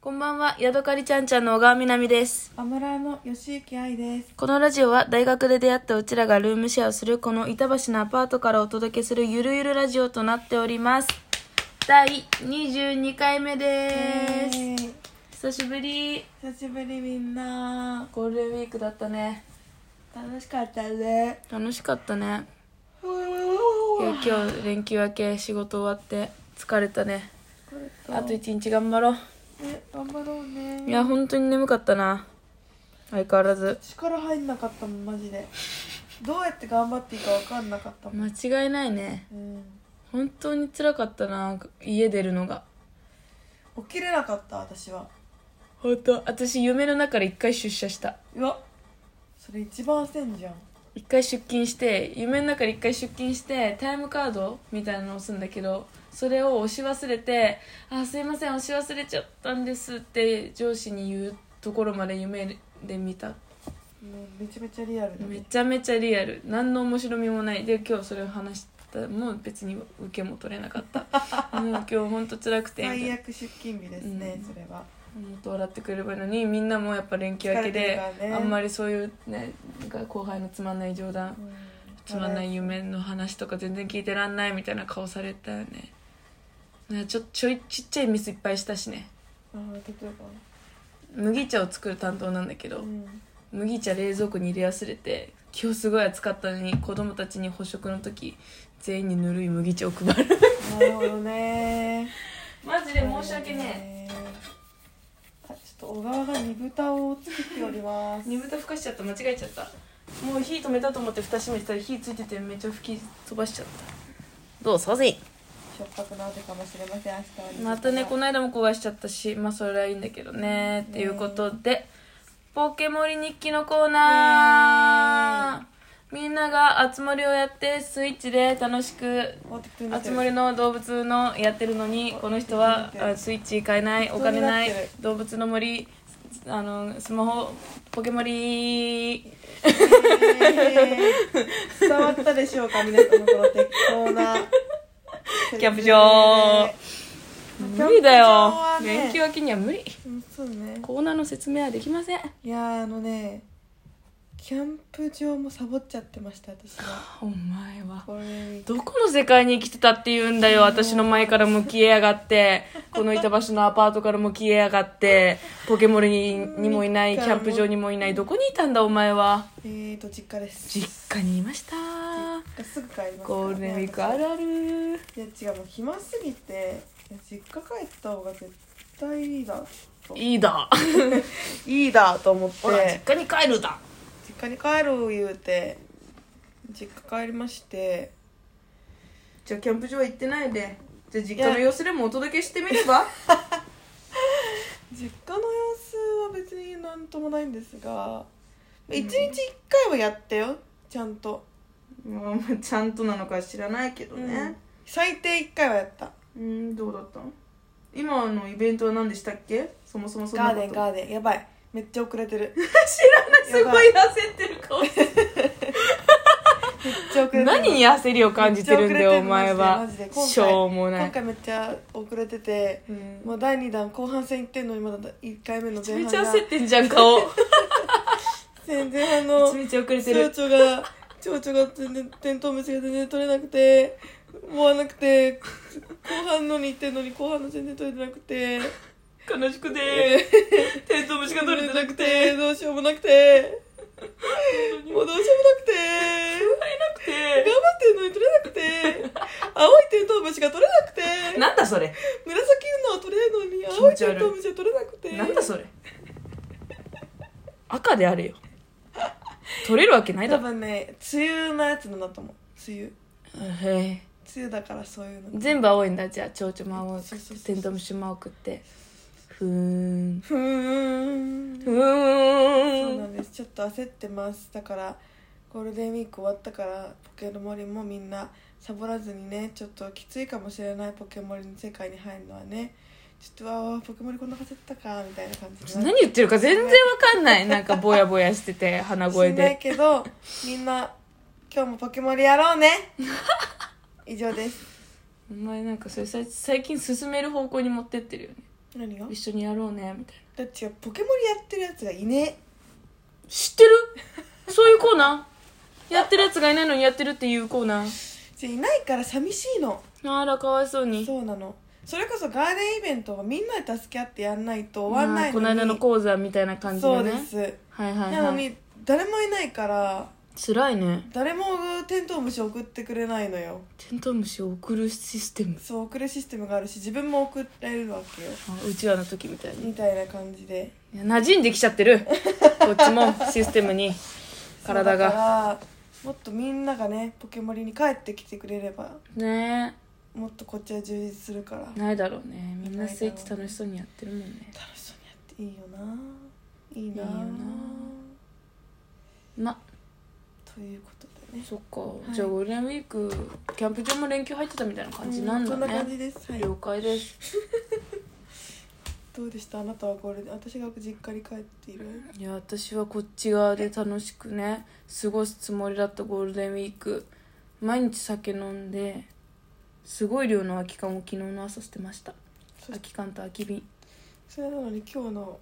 こんばんは、ヤドカリちゃんちゃんの小川みなみです。アムラーの吉行愛です。このラジオは大学で出会ったうちらがルームシェアをするこの板橋のアパートからお届けするゆるゆるラジオとなっております。第22回目でえーす。久しぶり。久しぶりみんな。ゴールデンウィークだったね。楽しかったね。楽しかったね。ういやー今日連休明け仕事終わって疲れたね。ああとと、一日頑張ろえ、頑張ろうね。う。いや、本当に眠かったな。相変わらず。力入んなかったもん、マジで。どうやって頑張っていいか分かんなかったもん。間違いないね。うん。本当に辛かったな、家出るのが。起きれなかった、私は。本当私夢の中で一回出社したうわ、それ一番せんじゃん。一回出勤して夢の中で一回出勤してタイムカードみたいなのを押すんだけどそれを押し忘れて「あすいません押し忘れちゃったんです」って上司に言うところまで夢で見たもうめちゃめちゃリアルだめね。ちゃめちゃリアル何の面白みもないで今日それを話したもう別に受けも取れなかった もう今日本当辛くてみたい最な悪出勤日ですね、うんそれは。もっと笑ってくれればいいのにみんなもやっぱ連休明け疲れてでる、からねあんまりそういうねなんか後輩のつまんない冗談つまんない夢の話とか全然聞いてらんないみたいな顔されたよねねちょちょいちっちゃいミスいっぱいしたしねああ、例え麦茶を作る担当なんだけば。どうん。麦茶冷蔵庫に入れ忘れて今日すごい暑かったのに子供たちに捕食の時全員にぬるい麦茶を配るなるほどね。マ ジで申し訳ねえあちょっと小川が煮豚を作っております煮豚ふかしちゃった間違えちゃったもう火止めたと思って蓋閉めてたら火ついててめっちゃ吹き飛ばしちゃったどうさぜしょっぱくなってかもしれません明日は煮豚またねこの間も焦がしちゃったしまあそれはいいんだけどねっていうことで「ポケモリ日記」のコーナーみんなが集まりをやってスイッチで楽しく持ってきてる集ま りの動物のやってるのにこの人はあスイッチ買えないお金ない動物の森あのスマホポケモリえー伝わったでしょうか皆さんのこの適当な キャンプ場無理だよキャン連プ場はね休明けには無理うんそうねコーナーの説明はできませんいやーあのねキャンプ場もサボっちゃってました私はお前はこれどこの世界に生きてたって言うんだよ私の前からも消えやがってこの板橋のアパートからも消えやがってポケモリににもいないキャンプ場にもいないどこにいたんだお前はえーと実家です実家にいましたすぐ帰りますからねゴールデンウィークあるあるいや違うもう暇すぎていや実家帰った方が絶対いいだいいだいいだと思っほら実て家に帰るだ実家に帰ろう言うて実家帰りましてじゃあキャンプ場行ってないでじゃあ実家の様子でもお届けしてみれば実家の様子は別に何ともないんですが一日一回はやったよちゃんと、ちゃんとなのか知らないけどうん最低一回はやったうんどうだったの今のイベントは何でしたっけそもそもそんなガこーとデンガーデンやばいめっちゃ遅れてるめっ知らない すごい焦ってる顔してるちゃ遅れてる何に焦りを感じてるんだよおめ前っちゃは遅れてるマジでマジで今回しょうもな今い回めっちゃ遅れててうんもう第2弾後半戦いってんのにまだ1回目のめちゃ前め半ちゃが焦ってんじゃん顔め全然あちゃのめちゃ遅れて蝶る々が蝶々が全然テントウムシが全然取れなくて思わなくて後半のに行ってんのに後半の全然取れてなくて悲しくてテントウムシが取れてなくてどうしようもなくてもうどうしようもなくて取れなく頑て張ってんのに取れなくて青いテントウムシが取れなくてなんだそれ紫のは取れるのに気持青いち悪いテントウムシは取れなくてなんだそれ赤であれよ取れるわけないだ多ろ分ね梅雨のやつなんだと思う梅雨へえ梅雨だからそういうの全部青いんだじゃあ蝶々も青そうそうくそうテントウムシも青くってふーんふーんふーそうんなんですちょっと焦ってますだからゴールデンウィーク終わったからポケモリもみんなサボらずにねちょっときついかもしれないポケモリの世界に入るのはねちょっとわあポケモリこんな焦ったかみたいな感じ何言ってるか全然わかんないなんかぼやぼやして て鼻声しないでけどみんな今日もポケモリやろうね 以上ですお前なんかそれさ最近進める方向に持ってってるよね何が一緒にやろうねみたいなだって違うポケモリやってるやつがいね知ってるそういうコーナーやってるやつがいないのにやってるっていうコーナーえいないから寂しいのあらかわいそうにそうなのそれこそガーデンイベントはみんなで助け合ってやんないと終わんまなあいこのに、の間の講座みたいな感じそうででねすはいはいなのはいに誰もいないから辛いね誰もテントウムシ送ってくれないのよテントウムシを送るシステムそう送るシステムがあるし自分も送られるわけよあうちわの時みたいにみたいな感じでいや馴染んできちゃって るこっちもシステムに体そうだがからもっとみんながねポケモリに帰ってきてくれればねもっとこっちは充実するからえ楽ないだろうねみんなスイッチ楽しそうにやってるもんねしそうにやっていいよないいないよいなまということでねそっか、いじゃあゴールデンウィークキャンプ場も連休入ってたみたいな感じなんだうこんなね感じですはい了解ですどうでしたあなたはこれで私が実家に帰っているいや私はこっち側で楽しくね過ごすつもりだったゴールデンウィーク毎日酒飲んですごい量の空き缶を昨日の朝捨てましたそ空き缶と空き瓶それなのに今日の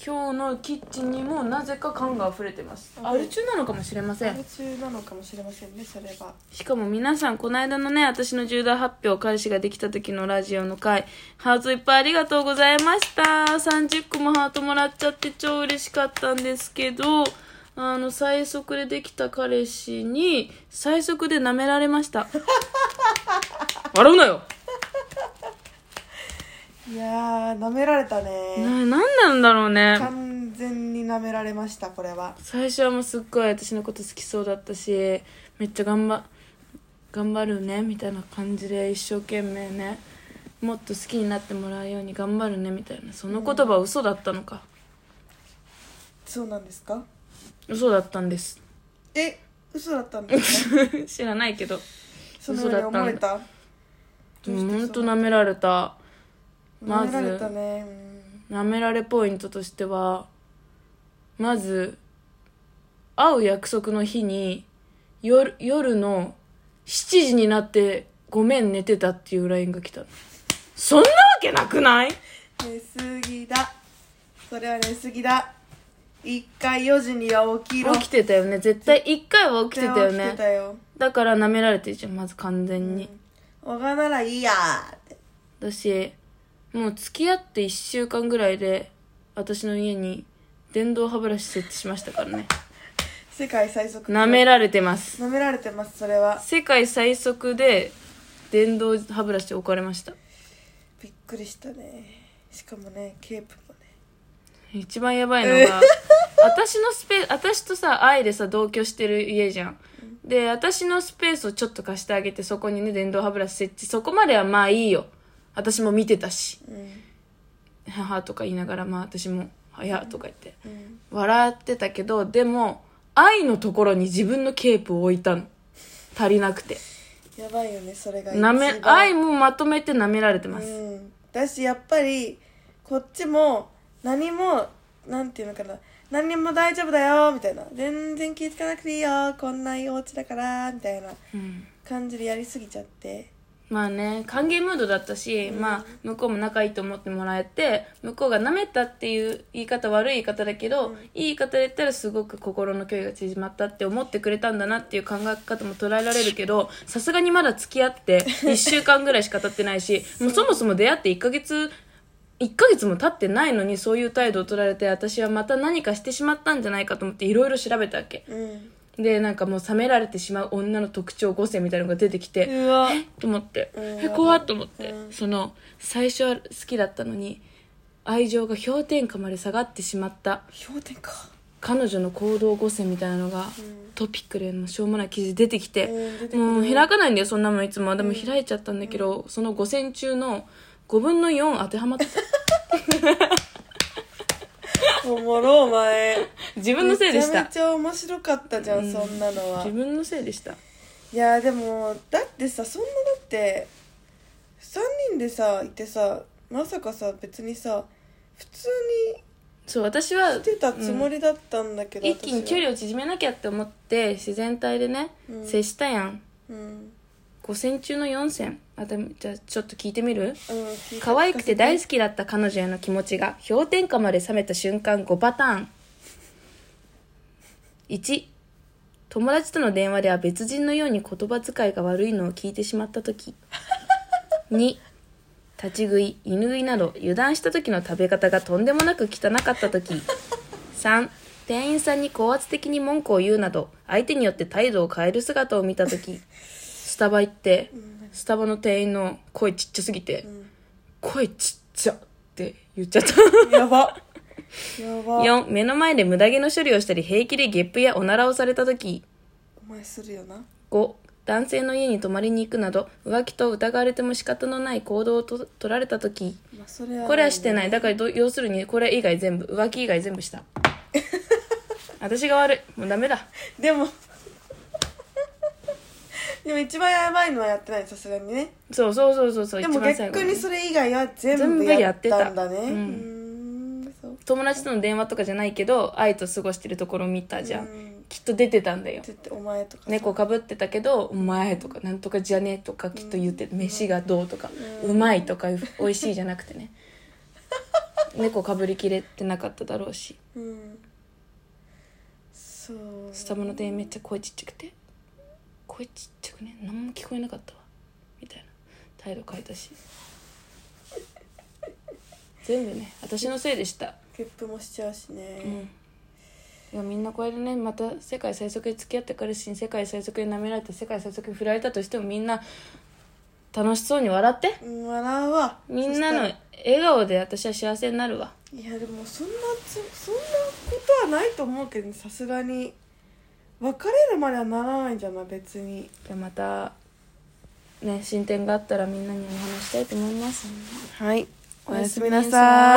今日のキッチンにもなぜか缶が溢れてますあアル中なのかもしれません夢中なのかもしれませんねそれはしかも皆さんこの間のね私の重大発表彼氏ができた時のラジオの回ハートいっぱいありがとうございました30個もハートもらっちゃって超嬉しかったんですけどあの最速でできた彼氏に最速で舐められました笑うなよいやー舐められたねな何なんだろうね完全に舐められましたこれは最初はもうすっごい私のこと好きそうだったしめっちゃ頑張頑張るねみたいな感じで一生懸命ねもっと好きになってもらうように頑張るねみたいなその言葉は嘘だったのか、そうなんですか嘘だったんですえ嘘だったんですか 知らないけどそのように思えたほんとな舐められたまず舐められたねうん舐められポイントとしてはまず会う約束の日に夜夜の7時になって「ごめん寝てた」っていう LINE が来たのそんなわけなくない寝すぎだそれは寝すぎだ一回4時には起きろ起きてたよね絶対1回は起きてたよ起きてねたよだから舐められてるじゃんまず完全に、小川ならいいやーってだしもう付き合って1週間ぐらいで私の家に電動歯ブラシ設置しましたからね世界最速舐められてます舐められてますそれは世界最速で電動歯ブラシ置かれましたびっくりしたねしかもねケープもね一番やばいのが私のスペース私とさ愛でさ同居してる家じゃんで私のスペースをちょっと貸してあげてそこにね電動歯ブラシ設置そこまではまあいいよ私も見てたしうん母とか言いながらまあ私も「早っ」とか言ってうん笑ってたけどでも愛のところに自分のケープを置いたの足りなくてやばいよねそれがなめ一番愛もまとめて舐められてます、うん、だしやっぱりこっちも何もなんていうのかな何にも大丈夫だよみたいな全然気付かなくていいよこんないいお家だからみたいなうん感じでやりすぎちゃってまあね歓迎ムードだったし、まあ向こうも仲いいと思ってもらえて向こうが「なめた」っていう言い方悪い言い方だけど、いい言い方で言ったらすごく心の距離が縮まったって思ってくれたんだなっていう考え方も捉えられるけどさすがにまだ付き合って1週間ぐらいしか経ってないしもうそもそも出会って1ヶ月1ヶ月も経ってないのにそういう態度を取られて私はまた何かしてしまったんじゃないかと思っていろいろ調べたわけうんでなんかもう冷められてしまう女の特徴5選みたいなのが出てきて、うわえっと思ってうんえ怖っと思って、うんその最初は好きだったのに愛情が氷点下まで下がってしまった氷点か彼女の行動5選みたいなのが、うんトピックでもしょうもない記事出てきて、うん出てくるもう開かないんだよそんなもんいつもでも開いちゃったんだけど、その5選中の5分の4当てはまって たおもろお前自分のせいでしめちゃためちゃ面白かったじゃん、うんそんなのは自分のせいでしたいやでもだってさそんなだって3人でさいてさまさかさ別にさ普通にそう私はしてたつもりだったんだけど、一気に距離を縮めなきゃって思って自然体でね、うん接したやん私はうん5戦中の4戦あでもじゃあちょっと聞いてみるうん可愛くて大大好きだった彼女への気持ちが氷点下まで冷めた瞬間5パターン1友達との電話では別人のように言葉遣いが悪いのを聞いてしまった時2立ち食い犬食いなど油断した時の食べ方がとんでもなく汚かった時3店員さんに高圧的に文句を言うなど相手によって態度を変える姿を見た時スタバ行ってスタバの店員の声ちっちゃすぎて、声ちっちゃって言っちゃ った。やばやば4、目の前で無駄毛の処理をしたり平気でゲップやおならをされた時。お前するよな5、男性の家に泊まりに行くなど浮気と疑われても仕方のない行動をと取られた時。まあそれはこれはしてない。だからどう要するにこれ以外全部、浮気以外全部 した。私が悪い。もうダメだ。でもでも一番やばいのはやってないさすがにねそうそうそうそうそう。でも一番最後逆にそれ以外は全全部部ややっってたたんだねううんんそう友達との電話とかじゃないけど、愛と過ごしてるところを見たじゃ。うんんきっと出てたんだよ。絶対お前とかさ猫かぶってたけど「お前」とか「なんとかじゃね」とかきっと言って「飯がどう」とか「うまい」とか「美味しい」じゃなくて ね猫かぶりきれてなかっただろうしうんそうスタバの店員めっちゃ声ちっちゃくて「声ちっちゃくね何も聞こえなかったわ」みたいな態度変えた し全部ね私のせいでしたゲップもしちゃうしね、うんいやみんなこれでねまた世界最速で付き合った彼氏に世界最速で舐められて世界最速で振られたとしてもみんな楽しそうに笑ってうん笑うわみんなのそし笑顔で私は幸せになるわたらいやでもそんなつそんなことはないと思うけどねさすがに別れるまではならないんじゃない別にじゃあまたね進展があったらみんなにお話したいと思いますはいおやすみなおやさい